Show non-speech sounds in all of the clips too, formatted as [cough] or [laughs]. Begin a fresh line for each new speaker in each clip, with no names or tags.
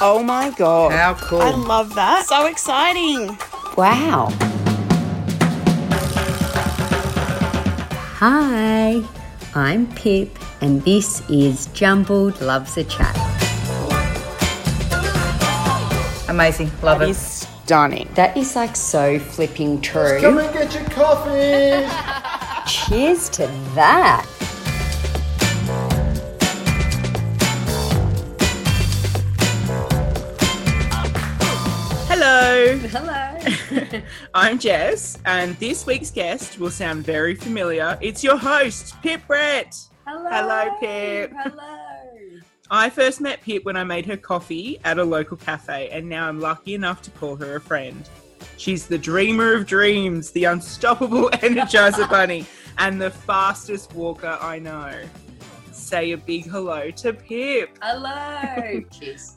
Oh my god.
How cool.
I love that. So exciting.
Wow. Hi, I'm Pip, and this is Jumbled Loves a Chat.
Amazing. Love
That
it.
is stunning.
That is like so flipping
Come
true.
and get your coffee.
[laughs] Cheers to that.
Hello,
Hello.
[laughs] I'm Jess, and this week's guest will sound very familiar. It's your host, Pip Brett.
Hello.
Hello, Pip.
Hello.
I first met Pip when I made her coffee at a local cafe, and now I'm lucky enough to call her a friend. She's the dreamer of dreams, the
[laughs]
unstoppable [laughs] energizer bunny, and the fastest walker I know. Say a big hello to Pip.
Hello. Cheers.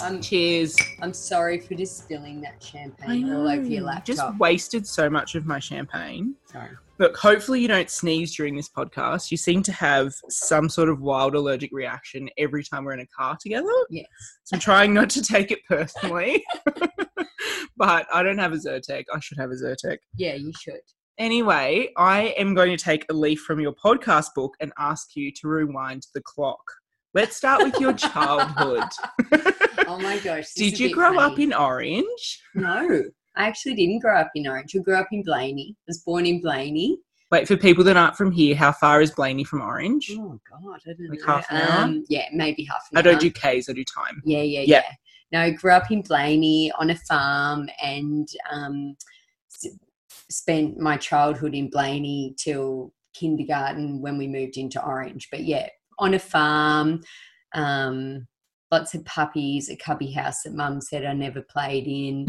I'm,
Cheers.
I'm sorry for just spilling that
I
champagne all over your
know,
laptop.
Just wasted so much of my champagne.
Sorry.
Look, hopefully you don't sneeze during this podcast. You seem to have some sort of wild allergic reaction every time we're in a car together.
Yes.
So I'm trying not to take it personally. [laughs] but I don't have a Zyrtec. I should have a Zyrtec.
Yeah, you should.
Anyway, I am going to take a leaf from your podcast book and ask you to rewind the clock. Let's start with
[laughs]
your childhood.
Oh my gosh. this
Did
is a
you
bit
grow up
funny.
in Orange?
No, I actually didn't grow up in Orange. I grew up in Blaney. I was born in Blaney.
Wait, for people that aren't from here, how far is Blaney from Orange?
Oh God, I don't
Like
know.
half an hour?
Um, yeah, maybe half an
I
hour.
don't do Ks, I
[laughs]
do time.
Yeah, yeah, yeah.
Yeah.
No, I grew up in Blaney on a farm and um, s- spent my childhood in Blaney till kindergarten when we moved into Orange. But yeah, on a farm, um, lots of puppies, a cubby house that Mum said I never played
[laughs]
in.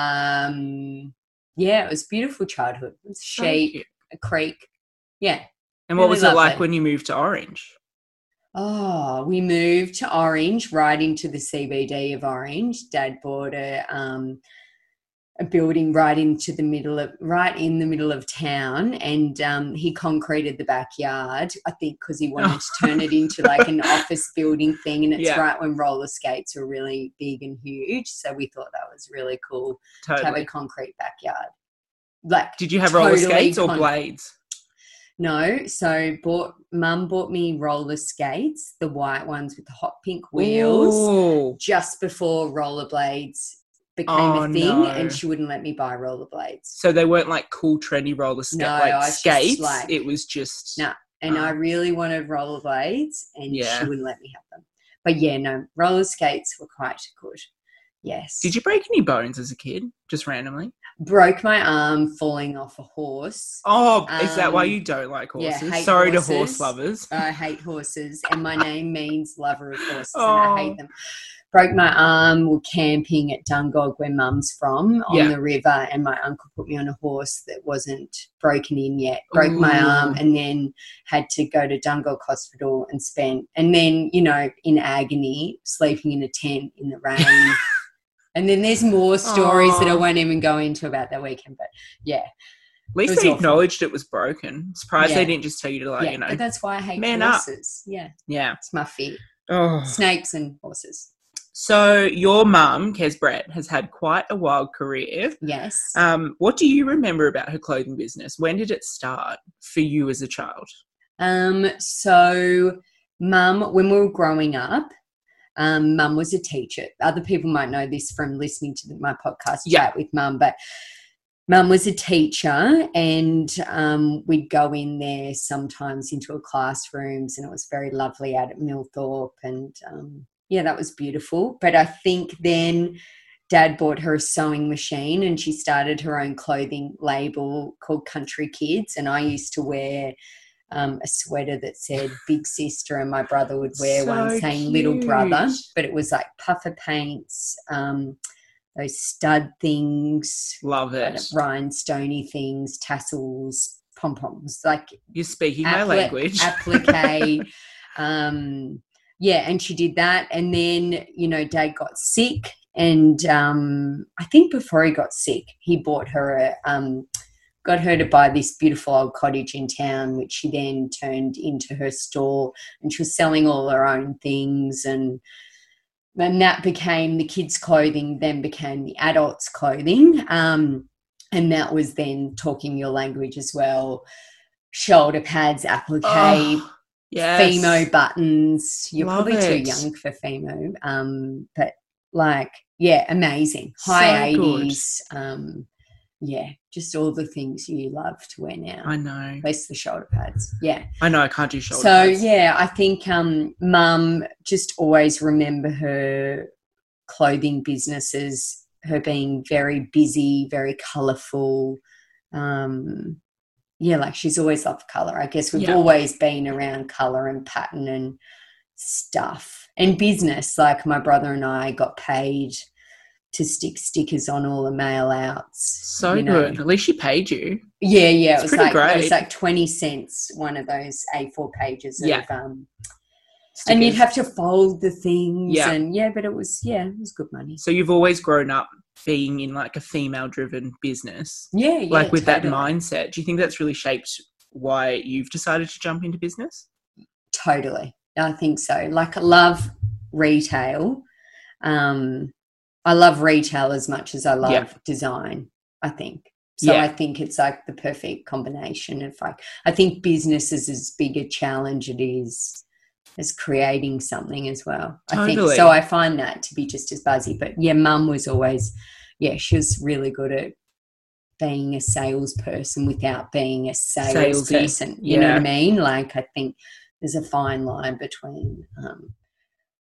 um, yeah, it was beautiful childhood. It was
So
sheep,
cute.
a creek. Yeah.
And what
Really
was it like
lovely.
when you moved to Orange?
Oh, we moved to Orange, right into the CBD of Orange. Dad bought a um, a building right into the middle of right in the middle of town, and um, he concreted the backyard. I think because he wanted to turn it
[laughs]
into like an office building thing, and it's
Yeah.
right when roller skates were really big and huge. So we thought that was really cool to have a
Totally.
concrete backyard. Like
Did you have roller
totally
skates or
con-
blades?
no, so bought mum bought me roller skates, the white ones with the hot pink wheels,
Ooh.
just before rollerblades became
Oh,
a thing,
no.
and she wouldn't let me buy rollerblades.
So they weren't like cool, trendy roller skates.
No,
like
I was just
skates.
like-
it was just.
No. And I
Oh.
really wanted rollerblades, and
Yeah.
she wouldn't let me have them. But yeah, no, roller skates were quite good. Yes.
Did you break any bones as a kid? Just randomly?
broke my arm falling off a horse?
Oh, is that why
Um,
you don't like
yeah,
horses?
hate
Sorry to
horses.
horse lovers.
I hate horses, and my name means lover of horses,
Oh.
and I hate them. Broke my arm. We're camping at Dungog, where Mum's from, on
Yeah.
the river, and my uncle put me on a horse that wasn't broken in yet. Broke my
Ooh.
arm, and then had to go to Dungog Hospital and spent, and then you know, in agony, sleeping in a tent in the
[laughs]
rain. And then there's more stories that I
Aw.
won't even go into about that weekend, but yeah,
At least
was
they
awful.
acknowledged it was broken. Surprised
Yeah.
they didn't just tell you to, like,
yeah.
you
But
know.
that's why I hate
Man up.
horses. Yeah,
Yeah.
it's my
[sighs]
fear.
Oh.
Snakes and horses.
So your mum, Kes Brett, has had quite a wild career.
Yes.
Um, what do you remember about her clothing business? When did it start for you as a child?
Um, so, mum, when we were growing up, um, mum was a teacher. Other people might know this from listening to my podcast
Yeah.
chat with mum, but mum was a teacher, and um, we'd go in there sometimes into her classrooms, and it was very lovely out at Millthorpe, and um, yeah, that was beautiful. But I think then. Dad bought her a sewing machine and she started her own clothing label called Country Kids. And I used to wear um, a sweater that said big sister and my brother would wear one
So
saying little brother
cute.
but it was like puffer paints um, those stud things
Love
kind
it.
of rhinestoney things tassels pom poms like
You're speaking my
appli-
language. [laughs]
applique um, yeah and she did that and then you know dad got sick and um, i think before he got sick he bought her a um, got her to buy this beautiful old cottage in town which she then turned into her store and she was selling all her own things and and that became the kids' clothing, then became the adults' clothing. Um, and that was then talking your language as well shoulder pads, applique,
[laughs] Oh, yes.
Femo buttons. You're
Love
probably
it.
too young for Femo, um, but like, yeah, amazing.
So
High
good.
80s. Um, yeah, just all the things you love to wear now.
I know.
Less the shoulder pads. Yeah.
I know. I can't do shoulder.
so,
pads.
yeah, I think um, mum just always remember her clothing businesses, her being very busy, very colourful. Um, yeah, like she's always loved colour. I guess we've
Yeah.
always been around colour and pattern and stuff and business. Like my brother and I got paid to stick stickers on all the mail outs.
So
you know.
good. At least she paid you.
Yeah, yeah,
It's
it was
pretty
like it was
great.
like twenty cents one of those A4 pages of
Yeah.
um, and you'd
Stickers.
have to fold the things
Yeah.
and yeah, but it was yeah, it was good money.
So you've always grown up being in like a female-driven business,
Yeah, yeah,
like with that
totally.
mindset. Do you think that's really shaped why you've decided to jump into business?
Totally, I think so. Like I love retail. Um, I love retail as much as I love
Yeah.
design. I think so.
Yeah.
I think it's like the perfect combination of like I think business is as big a challenge it is as creating something as well. I think
Totally.
so. I find that to be just as buzzy. But yeah, mum was always yeah, she was really good at being a salesperson without being a salesperson. You know what I
yeah.
mean? Like I think there's a fine line between. Um,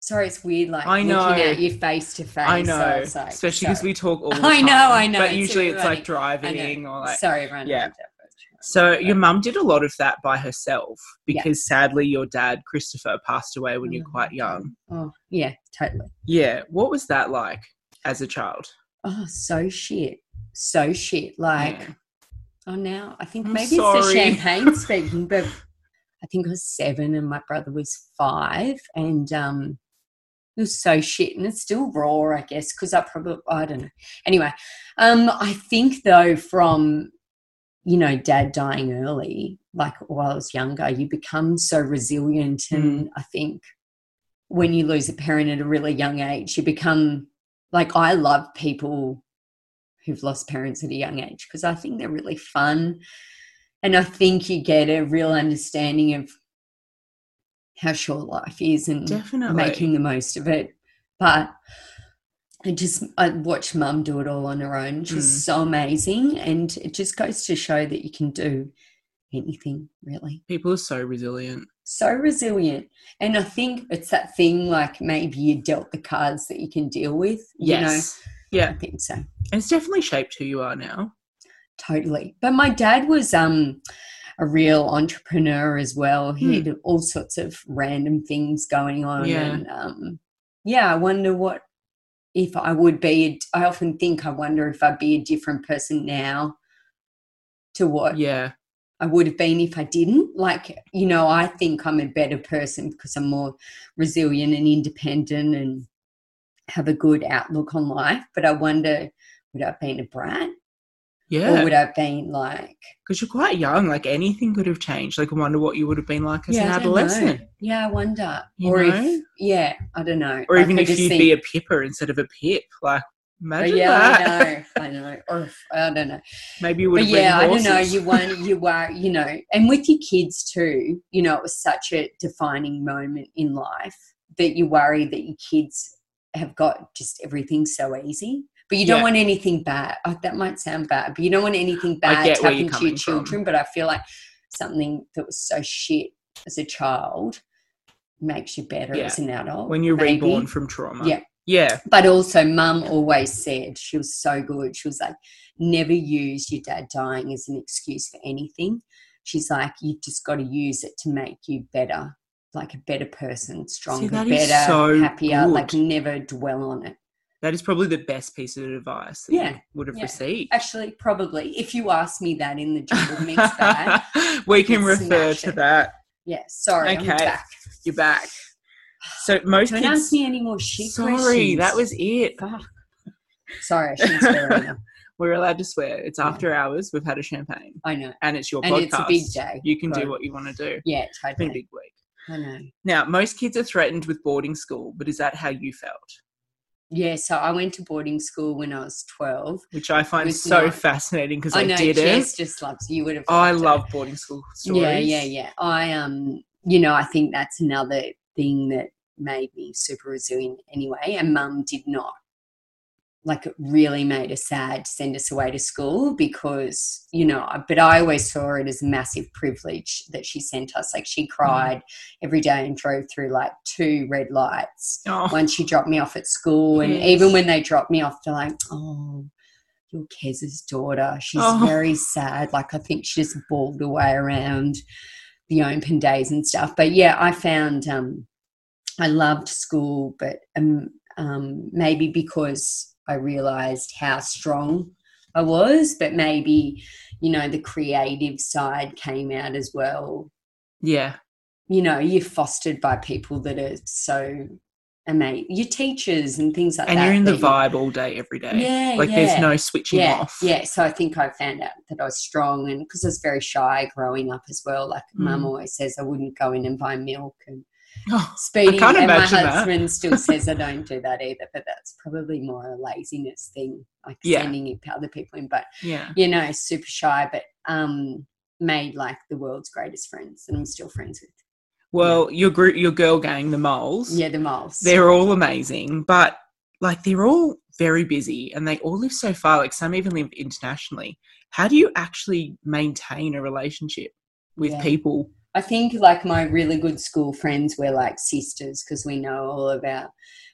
sorry, it's weird. Like
I know.
looking at you face to face.
I
so
know,
it's like-
especially because
sorry.
we
[laughs]
talk all. The
I know,
time,
I know,
But
it's
usually it's like
know.
driving or like.
sorry, everyone.
yeah.
knows that, but-
So
but-
your mum did a lot of that by herself
Yeah.
because sadly your dad Christopher passed away when you're
Mm.
quite young.
Oh yeah, totally.
Yeah, what was that like as a child?
Oh, so shit. So shit. Like,
Yeah.
oh, now I think
I'm
maybe it's the
sorry. [laughs]
champagne speaking, but I think I was seven and my brother was five. And um, it was so shit. And it's still raw, I guess, because I probably, I don't know. Anyway, um, I think though, from, you know, dad dying early, like while I was younger, you become so resilient. And I think when you lose a parent at a really young age, you become like I love people who've lost parents at a young age because I think they're really fun. And I think you get a real understanding of how short life is and
Definitely.
Mm. making the most of it. But I just I watched mum do it all on her own. She's
Mm.
so amazing. And it just goes to show that you can do anything really
People are so resilient.
so resilient. And I think it's that thing like maybe you dealt the cards that you can deal with. You know,
Yes.
I
Yeah.
think so.
And it's definitely shaped who you are now.
Totally. But my dad was um a real entrepreneur as well. He had all sorts of random things going on.
Hmm. Yeah.
And um yeah, I wonder what if I would be I often think I wonder if I'd be a different person now to what
Yeah.
I would have been if I didn't. Like, you know, I think I'm a better person because I'm more resilient and independent and have a good outlook on life. But I wonder, would I have been a brat? Or
Yeah.
would I have been like,
Because you're quite young. Like anything could have changed. Like I wonder what you would have been like as
Yeah, I
an
don't know.
adolescent.
yeah, I wonder.
You
or if,
know?
yeah, I don't know.
Or
Like,
even
I
if
just
you'd
think-
be a pipper instead of a pip. Like
Oh,
imagine that.
yeah, I know, I know. Or if, I don't know.
Maybe you would
but
have
yeah, I
ridden
don't know.
horses.
You want, you were, you know, and with your kids too. You know, it was such a defining moment in life that you worry that your kids have got just everything so easy. But you don't
Yeah.
want anything bad. Oh, that might sound bad, but you don't want anything bad
get
to
where you're
happen to your
coming from.
children. But I feel like something that was so shit as a child makes you better
Yeah.
as an adult
when you're
maybe
reborn from trauma.
Yeah.
Yeah.
but also mum always said she was so good she was like never use your dad dying as an excuse for anything she's like you've just got to use it to make you better like a better person stronger
that is
better
so
happier
good.
like never dwell on it
That is probably the best piece of advice that
Yeah.
you would have
Yeah.
received.
actually probably if you asked me that in the jumbled mix
[laughs]
bag
we can
Smash
refer
it.
to that.
yeah sorry I'm
Okay.
back.
You're back. So most
don't
kids.
ask me any more shit
sorry,
questions.
that was it.
Fuck. sorry I shouldn't swear right now.
We're allowed to swear. It's
Yeah.
after hours. We've had a champagne,
I know
[laughs] and it's your
and
podcast.
it's a big day
You can
Right.
do what you want to do.
yeah
It's been a
totally
big week.
I know.
Now, most kids are threatened with boarding school, but is that how you felt?
Yeah, so I went to boarding school when I was 12.
Which I find
With
so
not-
fascinating because I,
know
did
Jess
it.
just loves you would have.
I
loved it.
love boarding school stories.
Yeah, yeah, yeah. I um, you know, I think that's another thing that made me super resilient anyway. And mum did not. Like it really made her sad to send us away to school because, you know, I- but I always saw it as massive privilege that she sent us. Like
Mm.
she cried every day and drove through like two red lights
Oh,
once she dropped me off at school. And
Yes.
even when they dropped me off, they're like, oh, you're Kez's daughter. She's
Oh.
very sad. Like, I think she just bawled away around the open days and stuff. But yeah, I found um, I loved school, but um, um, maybe because I realized how strong I was, but maybe, you know, the creative side came out as well
yeah.
you know, you're fostered by people that are so amazing. Your teachers and things like
And
that.
you're in the
that you-
vibe all day, every day.
Yeah,
like
yeah.
there's no switching
yeah,
off.
yeah. So I think I found out that I was strong, and because I was very shy growing up as well. Like Mum
Mm.
always says, I wouldn't go in and buy milk and
[laughs] Oh,
speeding.
can't
and my
imagine that.
husband
[laughs]
still says I don't do that either, but that's probably more a laziness thing, like
Yeah.
sending it- other people in. But
yeah.
you know, super shy, but um, made like the world's greatest friends, and I'm still friends with.
Well, your group, your girl gang, the moles.
Yeah, the moles.
they're all amazing, but like they're all very busy and they all live so far. Like some even live internationally. How do you actually maintain a relationship with
Yeah.
people?
I think like my really good school friends were like sisters because we know all about,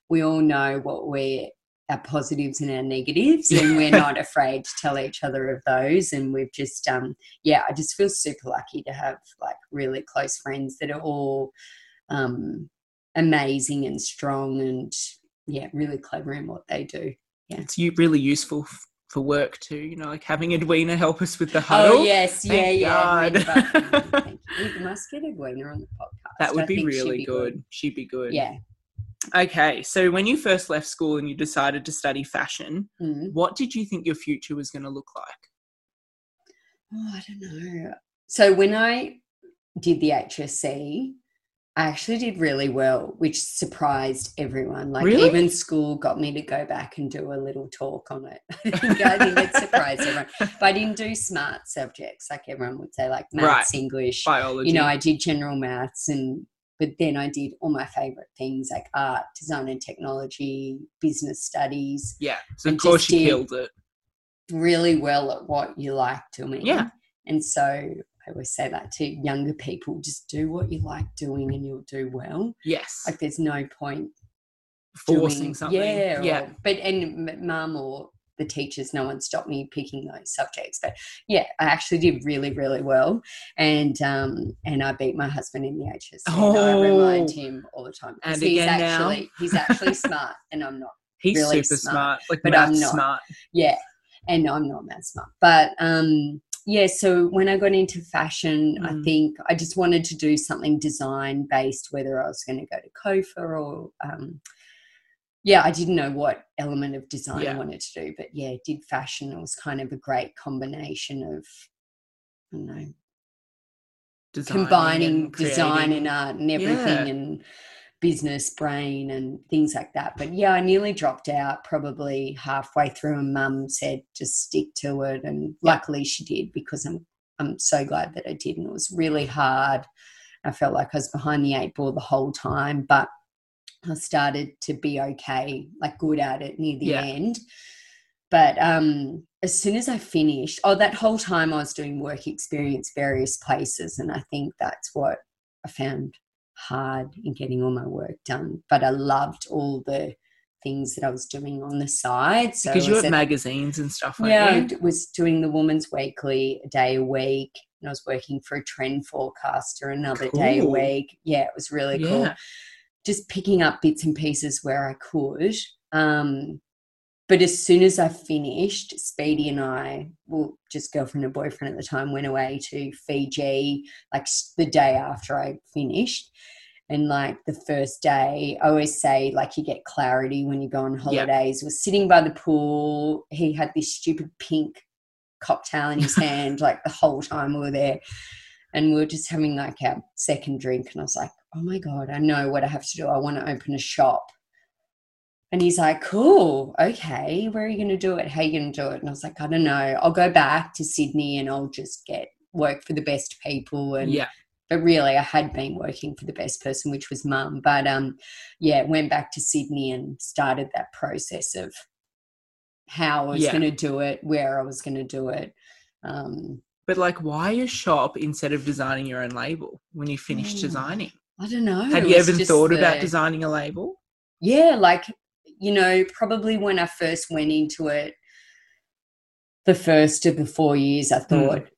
we all know what we're, our positives and our negatives, and we're not afraid to tell each other of those. And we've just, um, yeah, I just feel super lucky to have like really close friends that are all um, amazing and strong and, yeah, really clever in what they do.
It's u- really useful f- for work too. You know, like having Edwina help us with the huddle.
Oh, yes, yeah,
Thank
yeah.
God.
Edwina Buckingham,
[laughs]
thank you. We must get Edwina on the podcast.
That
I
would be
think she'd
really
be
good. She'd be good.
Yeah.
Okay. So when you first left school and you decided to study fashion,
Mm.
what did you think your future was going to look like?
Oh, I don't know. So when I did the HSC, I actually did really well, which surprised everyone. Like
Really?
even school got me to go back and do a little talk on it. [laughs] I think, I think it
[laughs]
surprised everyone. But I didn't do smart subjects like everyone would say, like maths, English.
Biology.
You know, I did general maths and but then I did all my favorite things like art, design and technology, business studies
yeah. So
I
of course
just
you
did-
killed it.
really well at what you like doing.
Yeah.
And so I always say that to younger people just do what you like doing and you'll do well.
Yes.
Like there's no point
Forcing
doing,
something.
Yeah.
Yeah.
or- but and m- mum or the teachers, no one stopped me picking those subjects. But yeah, I actually did really, really well. And um and I beat my husband in the HSC. And I remind
Oh.
him all the time. 'cause
And
he's
again now.
actually he's actually smart and I'm not.
He's
really
super smart,
smart,
like
but
maths
I'm not.
smart.
yeah and i'm not that smart but um yeah so when i got into fashion i
Mm.
think i just wanted to do something design based whether i was going to go to kofa or um yeah i didn't know what element of design
Yeah.
i wanted to do but yeah did fashion it was kind of a great combination of I don't know,
Designing
combining
and
design
creating.
and art and everything
Yeah.
and business brain and things like that. But yeah, I nearly dropped out probably halfway through and mum said just stick to it and luckily she did because I'm I'm so glad that I did and it was really hard. I felt like I was behind the eight ball the whole time, but I started to be okay, like good at it near the
Yeah.
end. But um, as soon as I finished, oh, that whole time I was doing work experience, various places. And I think that's what I found hard in getting all my work done. But I loved all the things that I was doing on the side. So
because you
as
had
a-
magazines and stuff like
yeah, I
that.
d- was doing the Woman's Weekly a day a week, and I was working for a trend forecaster another day a
Cool.
week. Yeah, it was really cool.
Yeah.
Just picking up bits and pieces where I could. Um, but as soon as I finished, Speedy and I, well, just girlfriend and boyfriend at the time, went away to Fiji like s- the day after I finished. And like the first day, I always say, like, you get clarity when you go on holidays. We're sitting by the pool. He had this stupid pink cocktail in his hand, like, the whole time we were there. And we were just having like our second drink. And I was like, oh my God, I know what I have to do. I want to open a shop. And he's like, cool, okay, where are you going to do it? How are you going to do it? And I was like, I don't know. I'll go back to Sydney and I'll just get work for the best people and
Yeah.
but really I had been working for the best person, which was mum. But um, yeah, went back to Sydney and started that process of how I was
Yeah.
going to do it, where I was going to do it. Um,
But like, why a shop instead of designing your own label when you finish
Mm.
designing?
I don't know.
Have
it
you
was
ever
just
thought about
the-
designing a label?
Yeah, like you know, probably when I first went into it, the first of the four years, I thought.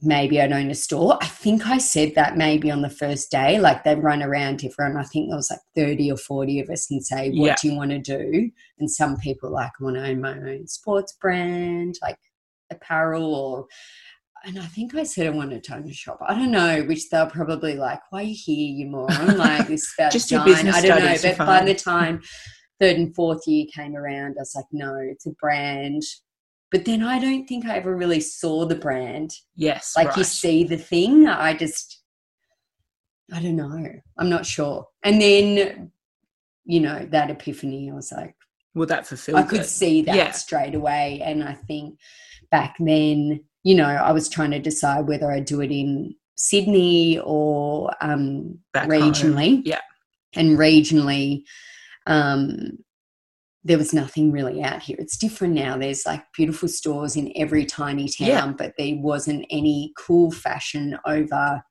Maybe I'd own a store. I think I said that maybe on the first day. Like they'd run around everyone. I think there was like 30 or 40 of us and say, What
Yeah.
do you want to do? And some people like I want to own my own sports brand, like apparel or and I think I said I wanted to own a shop. I don't know, which they're probably like, Why are you here, you moron? Like this is about
Just do
design.
business
Uh, I don't know.
studies, you're
But by
fine.
the time third and fourth year came around, I was like, No, it's a brand. But then I don't think I ever really saw the brand
Yes.
like you
right.
see the thing i just i don't know i'm not sure and then you know that epiphany i was like
Will that fulfill
i could see that
Yeah.
straight away and i think back then you know i was trying to decide whether i do it in sydney or um
Back home.
regionally
Yeah.
and regionally um there was nothing really out here. It's different now. There's like beautiful stores in every tiny town,
Yeah.
but there wasn't any cool fashion over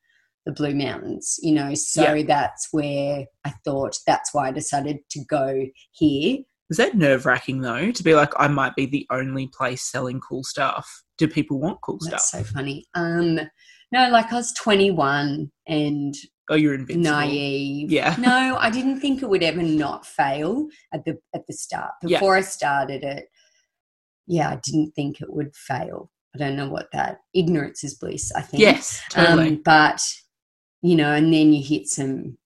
the Blue Mountains, you know. So that's where I thought that's why I decided to go here.
Was that nerve wracking though? To be like, I might be the only place selling cool stuff. Do people want cool
That's
stuff?
so funny. Um, no, like I was 21 and
Oh, you're invincible.
naive.
Yeah.
no, I didn't think it would ever not fail at the at the start.
Yeah.
Before I started it, yeah, I didn't think it would fail. I don't know what that ignorance is bliss. I think.
Yes, totally.
Um, but you know, and then you hit some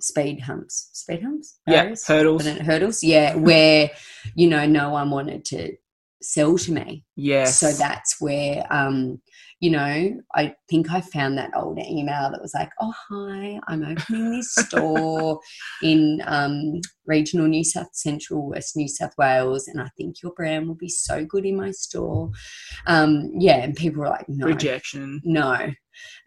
speed humps, speed humps,
yeah,
Barriers? I
hurdles.
don't know, hurdles. Yeah, where you know, no one wanted to sell to me.
Yes.
So that's where, um, you know, I think I found that old email that was like, oh, hi, I'm opening this
[laughs]
store in um, regional New South Central, West New South Wales, and I think your brand will be so good in my store. Um, yeah, and people were like, no,
rejection.
no.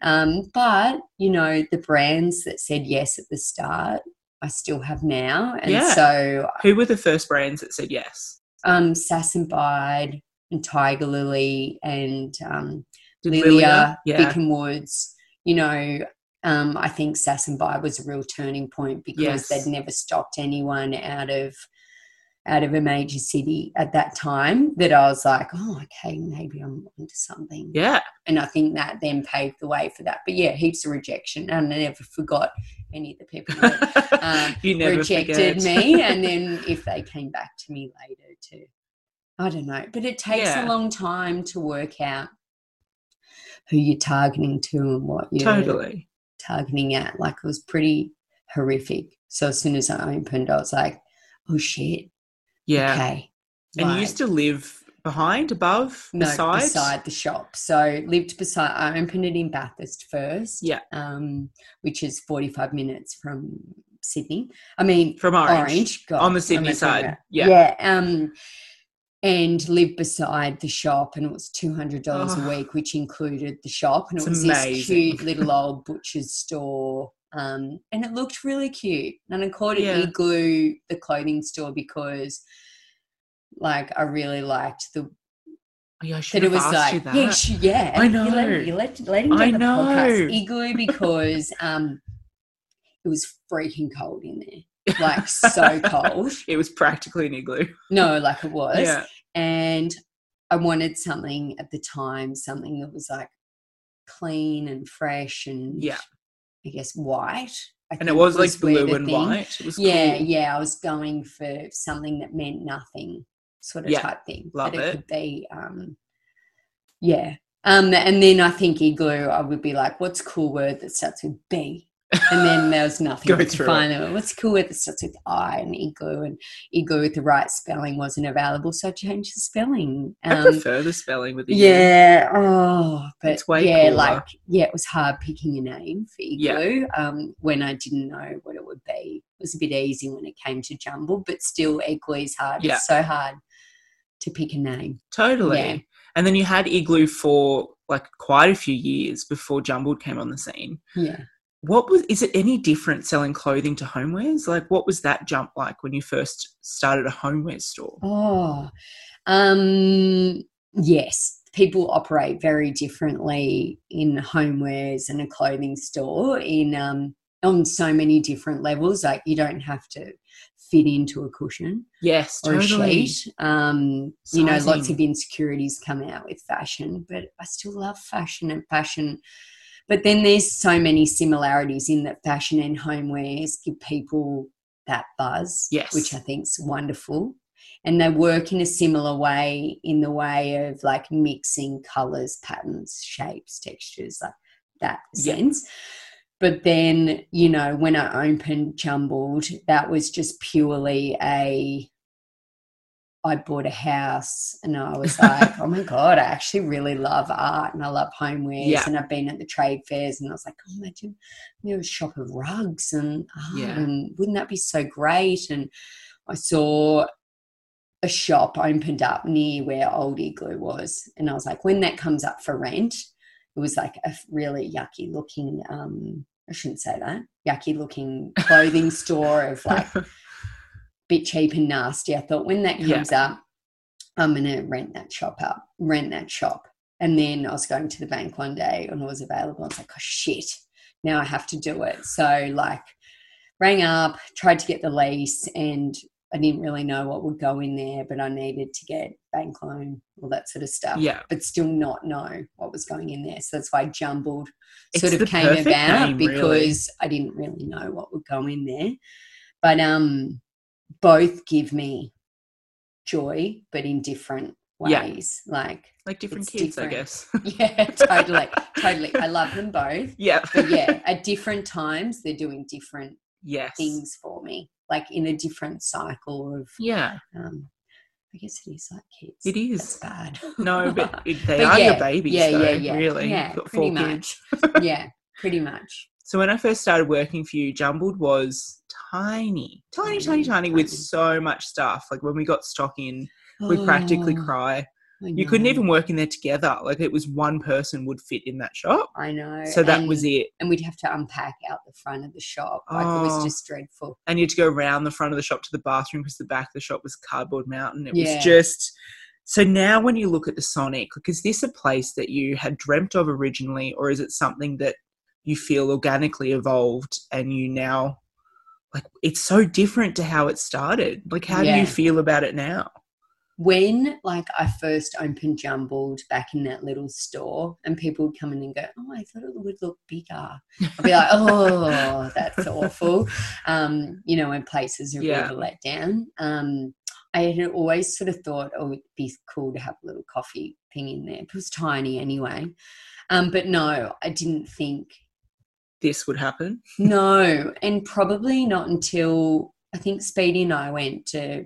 Um, but, you know, the brands that said yes at the start, I still have now. And
Yeah.
so
Who were the first brands that said yes?
um, Sass and Bide and Tiger Lily and um,
Did
Lilia,
Yeah.
Beacon Woods. You know, um, I think Sass and Bide was a real turning point because
Yes.
they'd never stopped anyone out of out of a major city at that time. That I was like, oh, okay, maybe I'm onto something. [laughs]
Yeah.
And I think that then paved the way for that. But yeah, heaps of rejection, and I never forgot any of the people. that Um,
[laughs] you never
rejected
forget.
me
[laughs]
and then if they came back to me later to i don't know but it takes
Yeah.
a long time to work out who you're targeting to and what you're
totally.
targeting at like it was pretty horrific so as soon as i opened i was like oh shit
Yeah.
okay
And you
Like,
used to live behind, above,
no,
beside.
beside the shop. So lived beside. I opened it in Bathurst first,
Yeah.
um, which is forty five minutes from Sydney. I mean,
From Orange.
God,
On the
what
Sydney
am I talking
side.
about?
Yeah.
Um, and lived beside the shop, and it was two hundred dollars
Oh.
a week, which included the shop, and
It's
it was this
amazing. [laughs]
cute little old butcher's store. Um, and it looked really cute. And I called it
Yeah.
Igloo, the clothing store, because like I really liked the
Oh, yeah, I should
that it
have
was
asked you
like
that.
yeah, sh- yeah.
I
You let,
know.
you let, let him get
I
the podcast
know. [laughs]
igloo because um, it was freaking cold in there, like
[laughs]
so cold.
It was practically an igloo.
No, like it was,
Yeah.
and I wanted something at the time, something that was like clean and fresh and
Yeah.
I guess white. I
And it
think
was like
where
blue
the
and
thing-
white. It was
Yeah,
cool.
yeah. I was going for something that meant nothing, sort of
Yeah,
type thing.
love
but it,
it.
could be, um, yeah. Um, and then I think igloo, I would be like, what's a cool word that starts with B? and then there
[laughs]
was nothing
Go
to
through
find them. What's cool with it starts with I and igloo, and igloo with the right spelling wasn't available, so I changed the spelling.
I prefer the spelling with the U.
Um, Yeah. Oh, but
It's way
yeah,
cooler.
like yeah, it was hard picking a name for
Yeah.
igloo um, when I didn't know what it would be. It was a bit easy when it came to jumble, but still, igloo is hard.
Yeah.
It's so hard to pick a name.
Totally.
Yeah.
And then you had Igloo for like quite a few years before Jumbled came on the scene.
Yeah.
What was is it any different selling clothing to homewares? Like what was that jump like when you first started a homeware store?
Oh, um, yes. People operate very differently in homewares and a clothing store in um, on so many different levels. Like you don't have to fit into a cushion.
Yes,
or a
totally.
sheet. Um, you know, lots
Sizing.
of insecurities come out with fashion, but I still love fashion and fashion. But then there's so many similarities in that fashion and homewares give people that buzz,
Yes.
which I think's wonderful. And they work in a similar way in the way of like mixing colors, patterns, shapes, textures, like that
Yeah.
sense. But then, you know, when I opened Jumbled, that was just purely a I bought a house and I was like, oh my God, I actually really love art and I love homewares
Yeah.
and I've been at the trade fairs and I was like, oh, imagine you know, a shop of rugs and art
Yeah.
and wouldn't that be so great? And I saw a shop opened up near where Old Igloo was. And I was like, when that comes up for rent, it was like a really yucky looking, um, I shouldn't say that, yucky looking clothing store of like bit cheap and nasty. I thought when that
Yeah.
comes up, I'm gonna rent that shop up, rent that shop. And then I was going to the bank one day and it was available. I was like, oh shit, now I have to do it. So like rang up, tried to get the lease and I didn't really know what would go in there, but I needed to get bank loan, all that sort of stuff.
yeah.
But still not know what was going in there. So that's why jumbled
It's
sort
the
of came
perfect
about
name, really.
because I didn't really know what would go in there. But um, both give me joy, but in different
Yeah.
ways. Like,
[laughs] Like different
It's
kids,
different.
I guess. [laughs]
yeah, totally, totally. I love them both.
yeah.
But yeah, at different times, they're doing different
Yes.
things for me, like in a different cycle of,
Yeah,
um, I guess it is like kids.
it
That's
is.
bad.
No,
[laughs]
but it, they
But
are
yeah,
your babies,
yeah,
though,
yeah, yeah.
really.
Yeah,
You've got
pretty
four
much.
kids. [laughs]
yeah, pretty much.
So when I first started working for you, Jumbled was tiny, tiny, tiny, tiny, with
Oh, Tiny.
so much stuff. Like when we got stock in, we practically
Oh,
cry.
I
You couldn't
know,
even work in there together. Like it was one person would fit in that shop.
I know.
So that was
and-
it.
And we'd have to unpack out the front of the shop. Like it was
Oh.
just dreadful.
And you had to go around the front of the shop to the bathroom because the back of the shop was cardboard mountain. It
Yeah.
was just so now when you look at the Sonic, like is this a place that you had dreamt of originally, or is it something that you feel organically evolved and you now like it's so different to how it started? Like how do
Yeah.
you feel about it now?
when like I first opened Jumbled back in that little store and people would come in and go, Oh, I thought it would look bigger. I'd be like, Oh, that's awful. Um, you know, when places are
Yeah.
really let down. Um, I had always sort of thought oh, it'd be cool to have a little coffee thing in there. It was tiny anyway. Um, but no, I didn't think
This would happen.
no, and probably not until I think Speedy and I went to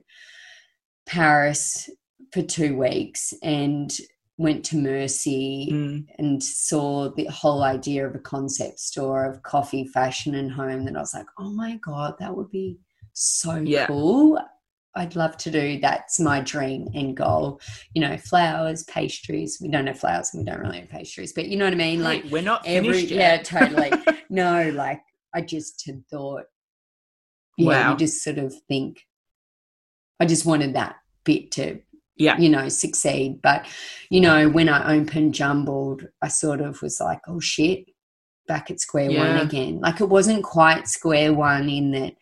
Paris for two weeks and went to Mercy
Mm.
and saw the whole idea of a concept store of coffee, fashion, and home. That I was like, oh my God, that would be so
Yeah.
cool. I'd love to do that's my dream and goal. You know, flowers, pastries. We don't have flowers and we don't really have pastries, but you know what I mean? Like,
Like we're not
every
finished
yeah
yet.
totally no like i just had thought yeah
Wow.
you just sort of think i just wanted that bit to
Yeah.
you know succeed but you know when i opened jumbled i sort of was like oh shit back at square
Yeah.
one again like it wasn't quite square one in that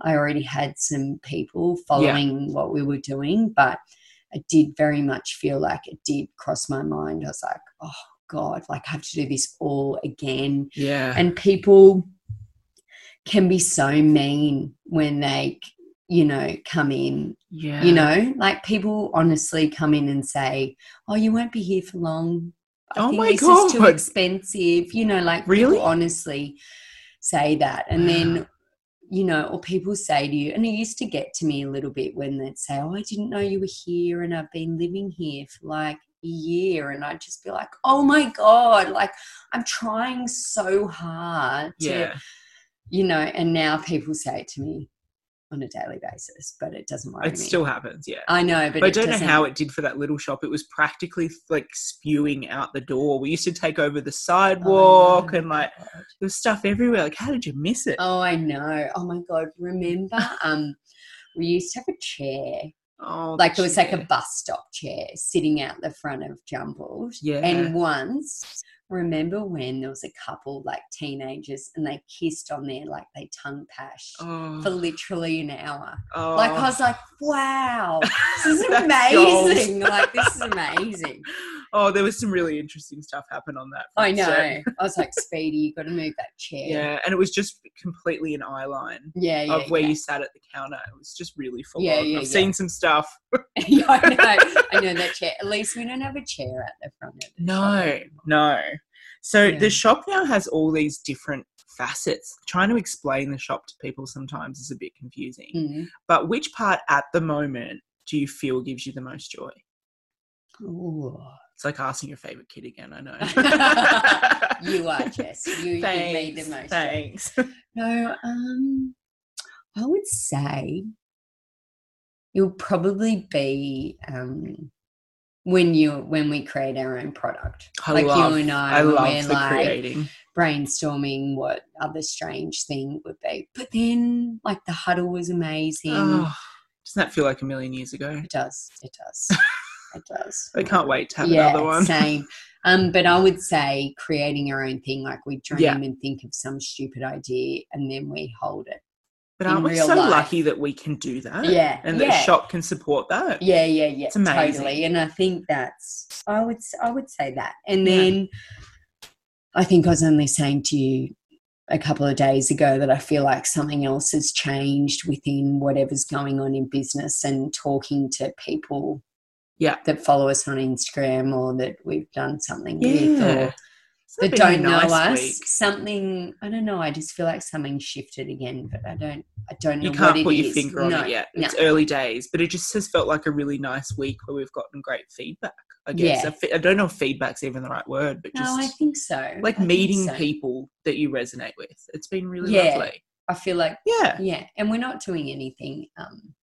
i already had some people following what we were doing but i did very much feel like it did cross my mind i was like oh god like i have to do this all again
[laughs] yeah.
and people can be so mean when they you know come in
yeah.
you know like people honestly come in and say oh you won't be here for long I
Oh
think
my
this is too
God.
expensive you know like people
Really?
honestly say that. And then, you know, or people say to you, and it used to get to me a little bit when they'd say, Oh, I didn't know you were here and I've been living here for like a year. And I'd just be like, Oh my God, like I'm trying so hard to,
Yeah.
you know, and now people say it to me on a daily basis, but it doesn't worry
It
me.
still happens, yeah.
I know, but
But I
it
don't know
doesn't-
how it did for that little shop. It was practically like spewing out the door. We used to take over the sidewalk
[laughs]
and like there was stuff everywhere. Like, how did you miss it?
Oh, I know. Oh my god! Remember, um, we used to have a chair,
Oh,
like it was like a
chair.
bus stop chair, sitting out the front of Jumbled.
yeah.
And once, remember when there was a couple, like teenagers, and they kissed on there, like they tongue pashed
oh,
for literally an hour.
oh.
Like I was like, wow, this is
[laughs] That's gold.
amazing! like this is amazing.
Oh, there was some really interesting stuff happen on that.
I
[laughs] front,
know.
so-
I was like, Speedy, you got to move that chair.
Yeah, and it was just completely an eye line
Yeah, yeah,
of where
yeah.
you sat at the counter. It was just really full
Yeah,
on.
yeah,
I've
yeah.
seen some stuff.
[laughs] yeah, I know. I know that chair. At least we don't have a chair at the front. Of the shop.
No, no. So
Yeah.
the shop now has all these different facets. Trying to explain the shop to people sometimes is a bit confusing.
Mm.
But which part at the moment do you feel gives you the most joy?
Ooh.
It's like asking your favorite kid again, I
[laughs]
know.
You
[laughs]
are Jess. You give me the most. joy.
Thanks.
No, um, I would say it'll probably be um when you when we create our own product,
I
like
love,
you and I,
I
when
love
we're
the
like
creating.
brainstorming what other strange thing would be. But then, like the huddle was amazing.
Oh, doesn't that feel like a million years ago?
It does. It does.
[laughs]
it does.
I can't wait to have
yeah,
another one.
Mm. same. Um, but I would say creating our own thing, like we dream
Yeah.
and think of some stupid idea and then we hold it.
But
in
aren't we
real
so
life.
lucky that we can do that?
Yeah,
And that
yeah.
the shop can support that?
Yeah, yeah, yeah.
It's amazing.
Totally. And I think that's I would s- I would say that. And
Yeah.
then I think I was only saying to you a couple of days ago that I feel like something else has changed within whatever's going on in business and talking to people
Yeah.
that follow us on Instagram or that we've done something with or
Yeah. It's not
that
been a
don't know
nice
us.
week.
Something I don't know. I just feel like something shifted again, but I don't. I don't
You
know
can't
what
put
it
your
is.
finger on
no,
it yet.
no.
It's early days, but it just has felt like a really nice week where we've gotten great feedback. I guess
Yeah.
I fe- I don't know if feedback's even the right word, but
No,
just
I think so. I
like
think
meeting
so.
people that you resonate with. It's been really
Yeah.
lovely.
I feel like
Yeah,
yeah, and we're not doing anything, um,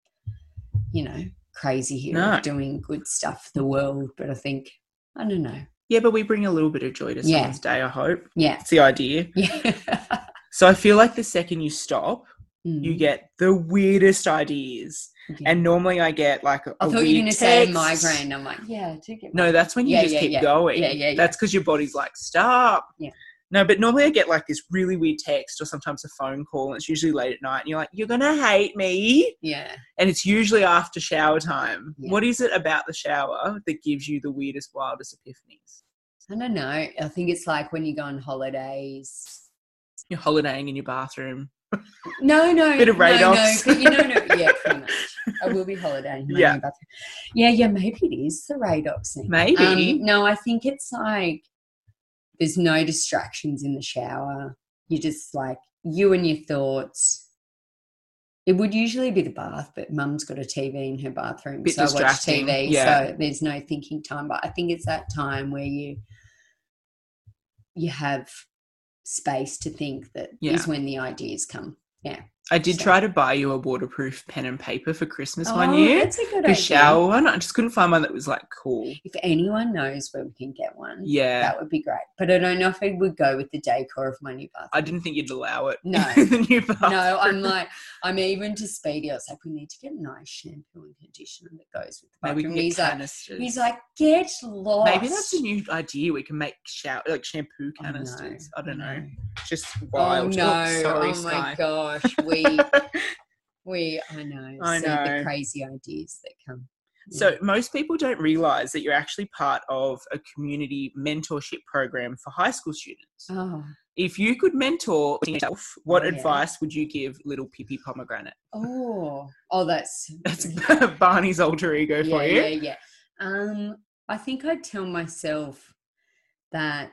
you know, crazy here.
No.
We're doing good stuff for the world, but I think I don't know.
yeah, but we bring a little bit of joy to
Yeah.
someone's day. I hope
Yeah, [laughs]
that's the idea.
yeah.
So I feel like the second you stop, you
Mm,
get the weirdest ideas.
okay.
And normally I get like a
I
a
thought you were
weird
going to say
text.
migraine. I'm like, yeah, I do get.
No, that's when you
Yeah,
just
yeah,
keep
yeah.
going.
Yeah, yeah, yeah.
That's because your body's like, stop.
Yeah.
No, but normally I get like this really weird text or sometimes a phone call, and it's usually late at night, and you're like, you're going to hate me.
Yeah,
And it's usually after shower time.
Yeah.
What is it about the shower that gives you the weirdest, wildest epiphanies?
I don't know. I think it's like when you go on holidays
You're holidaying in your bathroom.
No, no,
Bit of
no, no,
Rados.
but you know, no, yeah, pretty much. I will be
[laughs]
holidaying. my
Yeah.
new bathroom. yeah, yeah. Maybe it is the Radox thing.
Maybe.
Um, no, I think it's like there's no distractions in the shower. You just like you and your thoughts. It would usually be the bath, but Mum's got a TV in her bathroom,
Bit
so I watch
distracting,
TV.
yeah.
So there's no thinking time. But I think it's that time where you you have space to think. That is
Yeah.
when the ideas come.
I did
so-
try to buy you a waterproof pen and paper for Christmas one
Oh,
year.
That's a good
The
idea.
shower one. I just couldn't find one that was like cool.
If anyone knows where we can get one,
Yeah.
Mm, that would be great. But I don't know if it would go with the decor of my new bathroom.
I didn't think you'd allow it.
No.
[laughs] in the new bathroom.
no,
[laughs]
I'm like, I'm even to Speedy. I was like, we need to get a nice shampoo and conditioner that goes with the
Maybe
bathroom. And
we can get
he's like,
canisters.
he's like, get lost.
Maybe that's a new idea. We can make shower like shampoo
I know,
canisters. I, don't
I
know. Just
Oh
wild.
no!
Oh, sorry,
oh my
Sky. [laughs]
gosh, we we I know.
I
See
know.
the crazy ideas that come. Yeah.
So most people don't realise that you're actually part of a community mentorship program for high school students.
oh,
If you could mentor yourself, what
Oh, yeah.
advice would you give little Pippi Pomegranate? [laughs]
oh, oh, that's
That's Barney's alter ego
yeah,
for you.
Yeah, yeah. Um, I think I tell myself that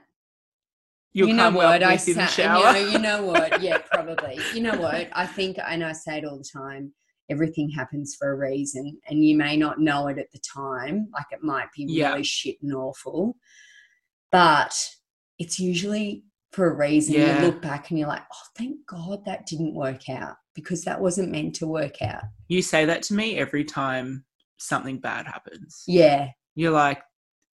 You'll
you know
come
what
up
I
with in the
say.
shower.
You know, you know
[laughs]
what? Yeah, probably. You know what? I think, and I say it all the time. Everything happens for a reason, and you may not know it at the time. Like it might be really
Yeah.
shit and awful, but it's usually for a reason.
Yeah.
You look back and you're like, oh, thank God that didn't work out because that wasn't meant to work out.
you say that to me every time something bad happens.
Yeah,
You're like,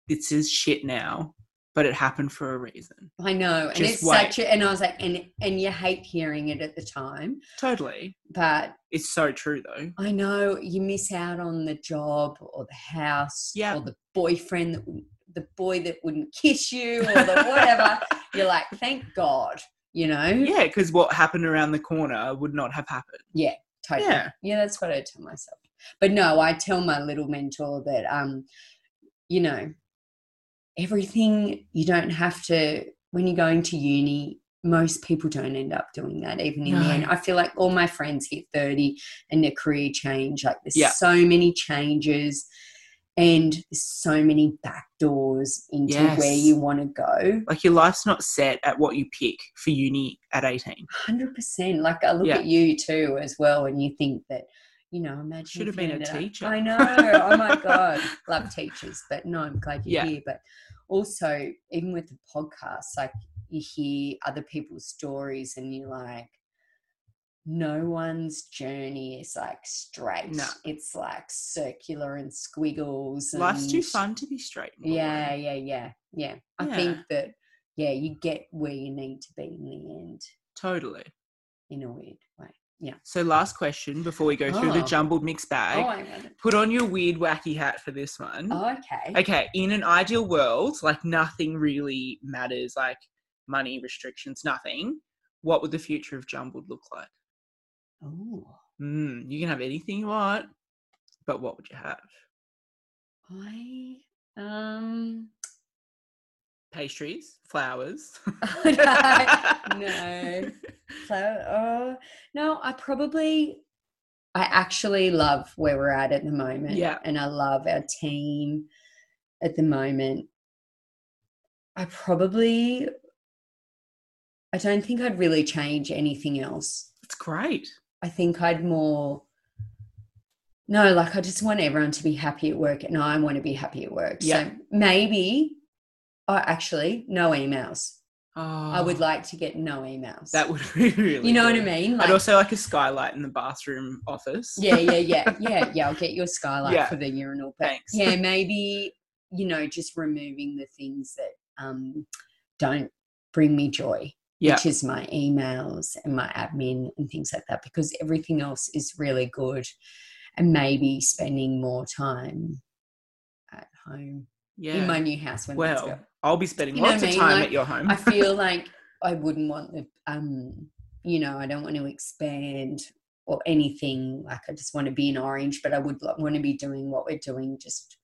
this is shit now, but it happened for a reason.
I know, and
Just
it's
wait.
such. A, and I was like, and and you hate hearing it at the time,
Totally.
but
It's so true though.
I know you miss out on the job or the house
Yeah.
or the boyfriend that wouldn't- the boy that wouldn't kiss you or the whatever. You're like, thank God, you know?
[laughs] Yeah, because what happened around the corner would not have happened.
Totally.
Yeah.
Yeah, that's what I tell myself. But no, I tell my little mentor that um, you know, everything you don't have to when you're going to uni, most people don't end up doing that even in the
No.
end. I feel like all my friends hit 30 and their career change. Like there's
Yeah.
so many changes and there's so many back doors into where
Yes.
you want to go.
Like your life's not set at what you pick for uni at 18.
Hundred percent. Like I look
Yeah.
at you too as well, and you think that, you know, imagine if
Should have
you
been a
ended up-
teacher.
I
[laughs]
know. oh my god, love teachers, but no, I'm glad you're
Yeah.
here. But also, even with the podcast, like you hear other people's stories, and you're like, no one's journey is like straight.
No.
It's like circular and squiggles. And
Life's too fun to be straight. and
Yeah,
boring.
yeah, yeah, yeah. I
Yeah.
think that yeah, you get where you need to be in the end
Totally.
in a weird way. Yeah.
So, last question before we go through the
Oh.
jumbled mixed bag.
oh, I love it.
Put on your weird, wacky hat for this one.
Oh, okay.
Okay, in an ideal world, like nothing really matters, like money, restrictions, nothing. What would the future of Jumbled look like?
Oh,
Mm, you can have anything you want, but what would you have?
I um [laughs]
Pastries, flowers. [laughs]
No. so uh, no, I probably I actually love where we're at at the moment.
Yeah.
and I love our team at the moment. I probably I don't think I'd really change anything else.
It's great.
I think I'd more no, like I just want everyone to be happy at work and I want to be happy at work.
Yeah.
So maybe oh actually no emails.
Oh,
I would like to get no emails.
that would [laughs] be really
you know what I
good.
mean?
I'd also like a skylight in the bathroom office.
yeah, yeah, yeah, yeah, yeah. I'll get your skylight
Yeah.
for the urinal. But
Thanks.
yeah, maybe, you know, just removing the things that um don't bring me joy.
Yeah.
Which is my emails and my admin and things like that, because everything else is really good. And maybe spending more time at home
Yeah.
in my new house when that's
well,
built.
I'll be spending
You know
lots
what I
of
mean?
time
Like,
at your home.
I feel like I wouldn't want the um, you know, I don't want to expand or anything. Like I just want to be in orange, but I would lo- want to be doing what we're doing just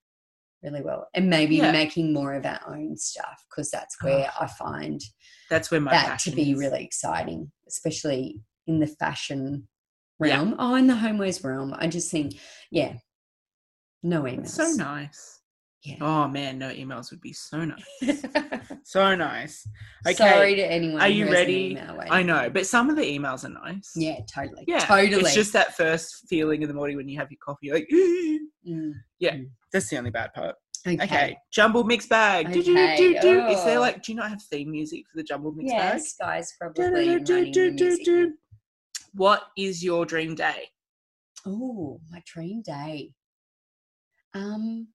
really well, and maybe
Yeah.
making more of our own stuff because that's where I find
That's where my
that to
passion
be
is.
really exciting, especially in the fashion
Yeah.
realm. Oh, in the homewares realm, I just think, yeah, no emails.
It's so nice.
Yeah.
Oh man, no emails would be so nice.
[laughs]
so nice. Okay.
Sorry to anyone.
Are you
who has an
ready?
email waiting.
I know, but some of the emails are nice.
Yeah, totally.
Yeah.
totally.
It's just that first feeling in the morning when you have your coffee, like [gasps] "Ooh."
Mm,
that's the only bad part.
okay.
Okay. Jumbled mixed bag. Do, do,
Okay.
do, do. Is there
Oh.
like do you not have theme music for the jumbled mixed
Yes, guys,
bag?
probably
Do, do,
running
do, do,
the
do,
music.
do. What is your dream day?
Oh, my dream day. Um,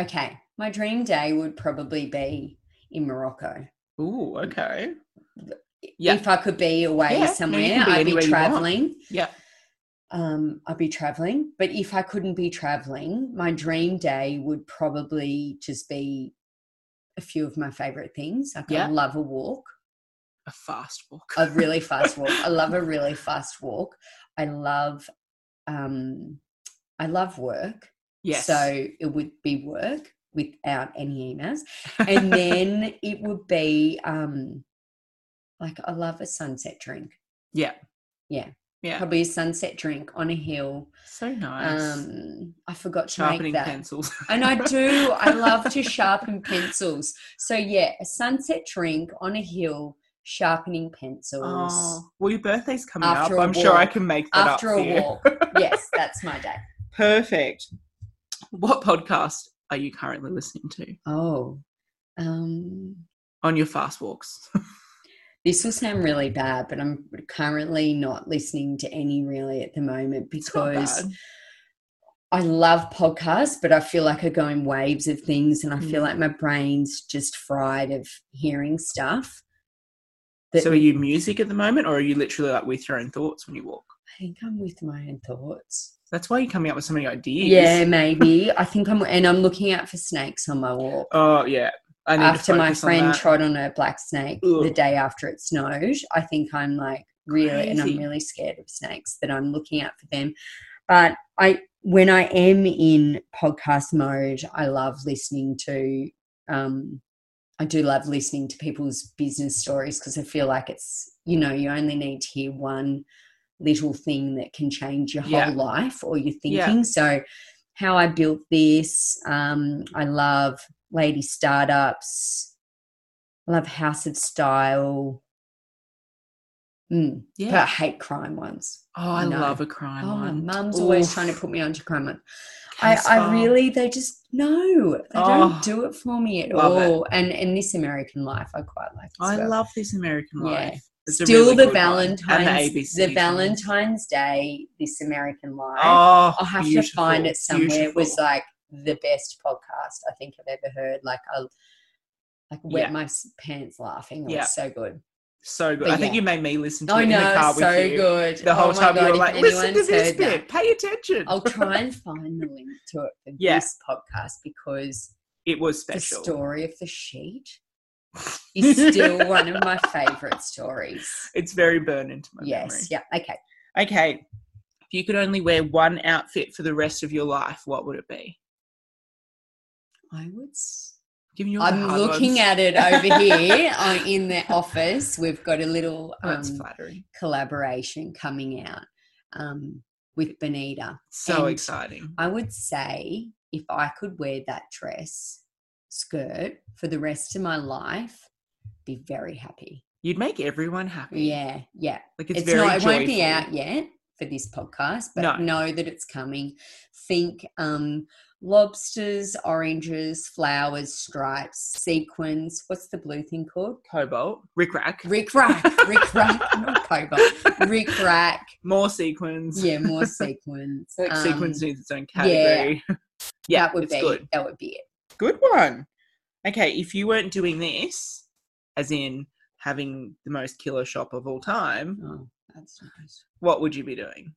okay, my dream day would probably be in Morocco.
Ooh, okay. Yeah.
If I could be away
Yeah, no, you
somewhere,
can be
I'd
anywhere
be
you want.
traveling.
Yeah.
Um, I'd be traveling. But if I couldn't be traveling, my dream day would probably just be a few of my favorite things. Like
Yeah.
I love a walk.
A fast walk. [laughs]
a really fast walk. I love a really fast walk. I love um I love work.
yes.
So it would be work without any emails. And
[laughs]
then it would be um like I love a sunset drink.
Yeah.
Yeah.
Yeah.
probably a sunset drink on a hill.
So nice.
Um, I forgot to make
Sharpening
that.
pencils.
And I do. I love
[laughs]
to sharpen pencils. So yeah, a sunset drink on a hill, sharpening pencils
Oh, well, your birthday's coming
After
up.
a
I'm sure I
walk.
can make that
after
up
a
for you.
walk. yes, that's my day.
Perfect. What podcast are you currently listening to
[laughs] Oh, um,
on your fast walks? [laughs]
this will sound really bad, but I'm currently not listening to any really at the moment
It's not
because
bad.
I love podcasts, but I feel like I go in waves of things and I feel
Mm.
like my brain's just fried of hearing stuff. That
so, are you music at the moment, or are you literally like with your own thoughts when you walk?
I think I'm with my own thoughts.
That's why you're coming up with so many ideas.
Yeah, maybe. I think I'm, and I'm looking out for snakes on my walk.
Oh, yeah. I need to
after my
focus on
friend
that.
trod on a black snake the
Ugh.
day after it snowed, I think I'm like really, and I'm
Crazy.
really scared of snakes that I'm looking out for them. But I, when I am in podcast mode, I love listening to, um, I do love listening to people's business stories because I feel like it's, you know, you only need to hear one little thing that can change your whole
Yeah.
life or your
Yeah.
thinking. So, how I built this, um, I love Lady Startups. I love House of Style. Mm, But I
Yeah.
hate crime ones.
Oh, I
No.
love a crime
Oh, my
one.
mum's always
Oof.
trying to put me onto crime one. I,
Case
I
file.
really, they just no, they
Oh,
don't do it for me at
love it.
all. And and this American Life, I quite like. as
I
well.
love this American
Yeah.
life. It's a
Still
really
the
good one. And
Valentine's,
the,
the,
ABC channel.
Valentine's Day, this American Life.
Oh,
I'll have to
beautiful,
find it somewhere. Was
beautiful.
like the best podcast I think I've ever heard. Like I, like wet
Yeah.
my s- pants laughing. It
Yeah.
was so good.
so good.
but
I think
yeah.
you made me listen to
Oh
it in the
no,
car
so
with you.
good.
The
Oh
whole
my
time
God,
you were
if
like, listen to
anyone's
this
heard
bit, pay attention.
that, I'll try
[laughs]
and find the link to it for
Yeah.
this podcast because
it was
the
special.
story of the sheet is still
[laughs]
one of my favorite stories.
It's very burned into my
yes. Yeah. Okay.
memory. Okay. If you could only wear one outfit for the rest of your life, what would it be?
I would. s-
Give me your
I'm
hard
looking
ones.
at it over
[laughs]
here uh, in the office. We've got a little
Oh, that's
um,
flattering.
collaboration coming out um, with Benita.
So
and
exciting.
I would say if I could wear that dress skirt for the rest of my life, be very happy.
You'd make everyone happy.
Yeah, yeah.
Like it's,
It's,
very
not. It won't be
joyful.
out yet for this podcast, but
No.
know that it's coming. Think um, lobsters, oranges, flowers, stripes, sequins. What's the blue thing called?
Cobalt. Rick rack.
Rick rack, Rick rack, not cobalt.
[laughs]
Rick rack.
More sequins.
Yeah,
[laughs]
more sequins.
Like
Um,
sequins needs its own
yeah.
category. [laughs] Yeah,
that would
it's
be
good.
that would be it.
Good one. Okay, if you weren't doing this, as in having the most killer shop of all time,
Oh, that's nice.
what would you be doing?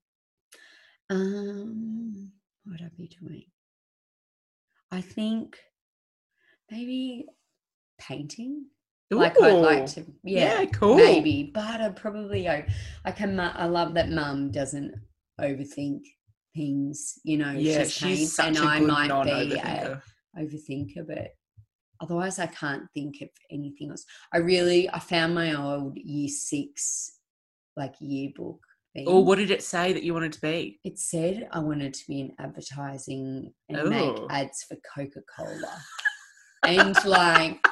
Um, what would I be doing? I think maybe painting. Like I'd like
Ooh,
to,
Yeah,
yeah,
cool.
maybe. But I probably o- like I, mu- I love that mum doesn't overthink things. You know,
Yeah,
she's,
she's
paints,
such
and
a
I
good
might be a
non-overthinker.
overthinker, but otherwise I can't think of anything else. I really I found my old year six like yearbook thing.
Or Oh, what did it say that you wanted to be?
it said I wanted to be in advertising and make
Ooh.
ads for Coca-Cola. and like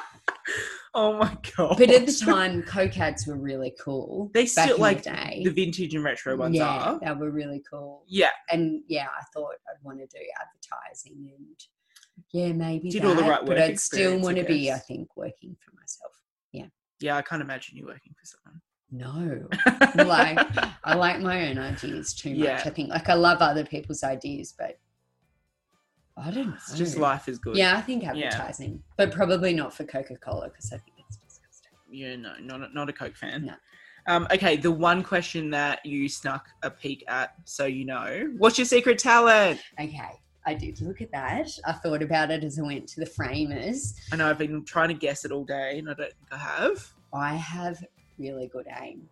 Oh my god!
but at the time Coke ads were really cool.
They
back
still,
in
like,
the day.
[laughs] the vintage and retro ones
yeah,
are.
they were really cool.
Yeah,
And yeah, I thought I'd want to do advertising and yeah, maybe
Did
that,
all the right
but
work
I'd still
experience, I
want to be, I
guess.
think, working for myself.
yeah. I can't imagine you working for someone.
No, like I like my own ideas too much.
Yeah.
I think like I love other people's ideas, but I don't know.
[laughs] it's just life is good.
Yeah, I think
Yeah.
advertising, but probably not for Coca Cola because I think it's disgusting.
Yeah, no, not a, not a Coke fan.
No.
Um, okay, the one question that you snuck a peek at, so you know, what's your secret talent?
Okay, I did look at that. I thought about it as I went to the framers.
I know I've been trying to guess it all day, and I don't think I have.
I have really good aim,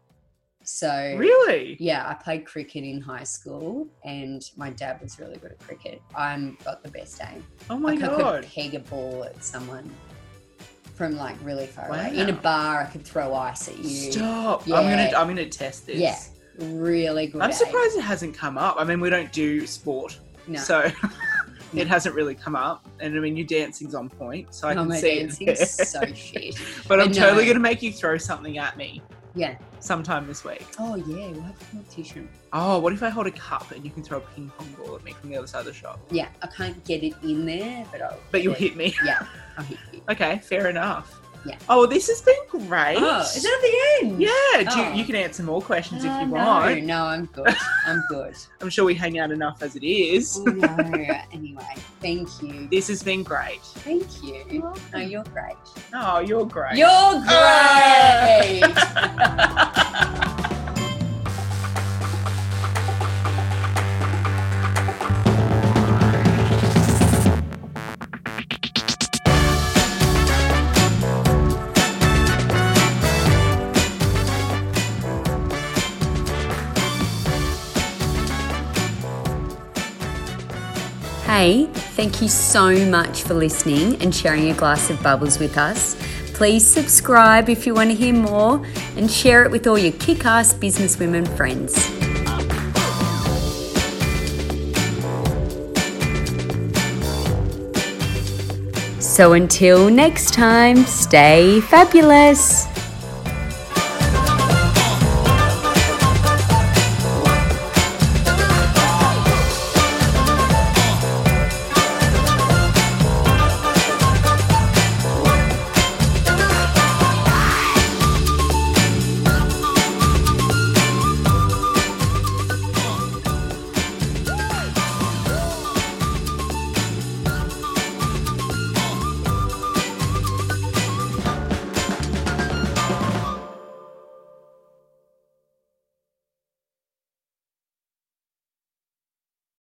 so
Really?
Yeah, I played cricket in high school, and my dad was really good at cricket. I'm got the best aim.
Oh my
like I
god!
could peg a ball at someone from like really far away. In a
Wow.
bar, I could throw ice at you.
Stop! I'm gonna
Yeah.
I'm gonna test this.
Yeah. Really good.
I'm
at it.
surprised it hasn't come up. I mean, we don't do sport,
No.
so [laughs] it hasn't really come up. And I mean, your dancing's on point, so I
No,
can
Oh, my
see
dancing's
it.
so shit.
[laughs] but I'm
But
totally
no.
going to make you throw something at me
Yeah.
sometime this week.
Oh yeah, we'll have a competition.
Oh, what if I hold a cup and you can throw a ping pong ball at me from the other side of the shop?
Yeah, I can't get it in there, but I'll.
But you'll
yeah,
hit me. [laughs]
Yeah, I'll hit you.
Okay, fair enough.
Yeah.
Oh, this has been great.
Oh, is that at the end?
yeah, do
Oh.
you, you can answer more questions if
Oh,
you
no,
want.
No, I'm good. I'm
[laughs]
good.
I'm sure we hang out enough as it is.
Oh, no. Anyway, thank you.
This has been great.
Thank you. No, you're great.
Oh, you're great.
You're
Ah!
great. [laughs] Hey, thank you so much for listening and sharing a glass of bubbles with us. Please subscribe if you want to hear more and share it with all your kick ass businesswomen friends. So until next time, stay fabulous.